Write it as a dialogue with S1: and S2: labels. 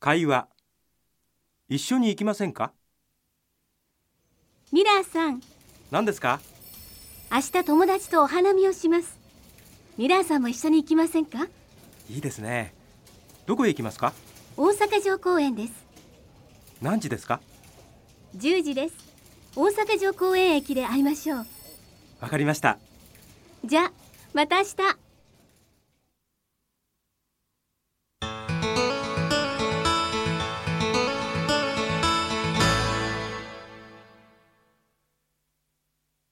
S1: 会話一緒に行きませんか
S2: ミラーさん、
S1: 何ですか
S2: 明日友達とお花見をします。ミラーさんも一緒に行きませんか
S1: いいですねどこへ行きますか
S2: 大阪城公園です。
S1: 何時ですか
S2: 10時です。大阪城公園駅で会いましょう。
S1: わかりました
S2: じゃあ、また明日。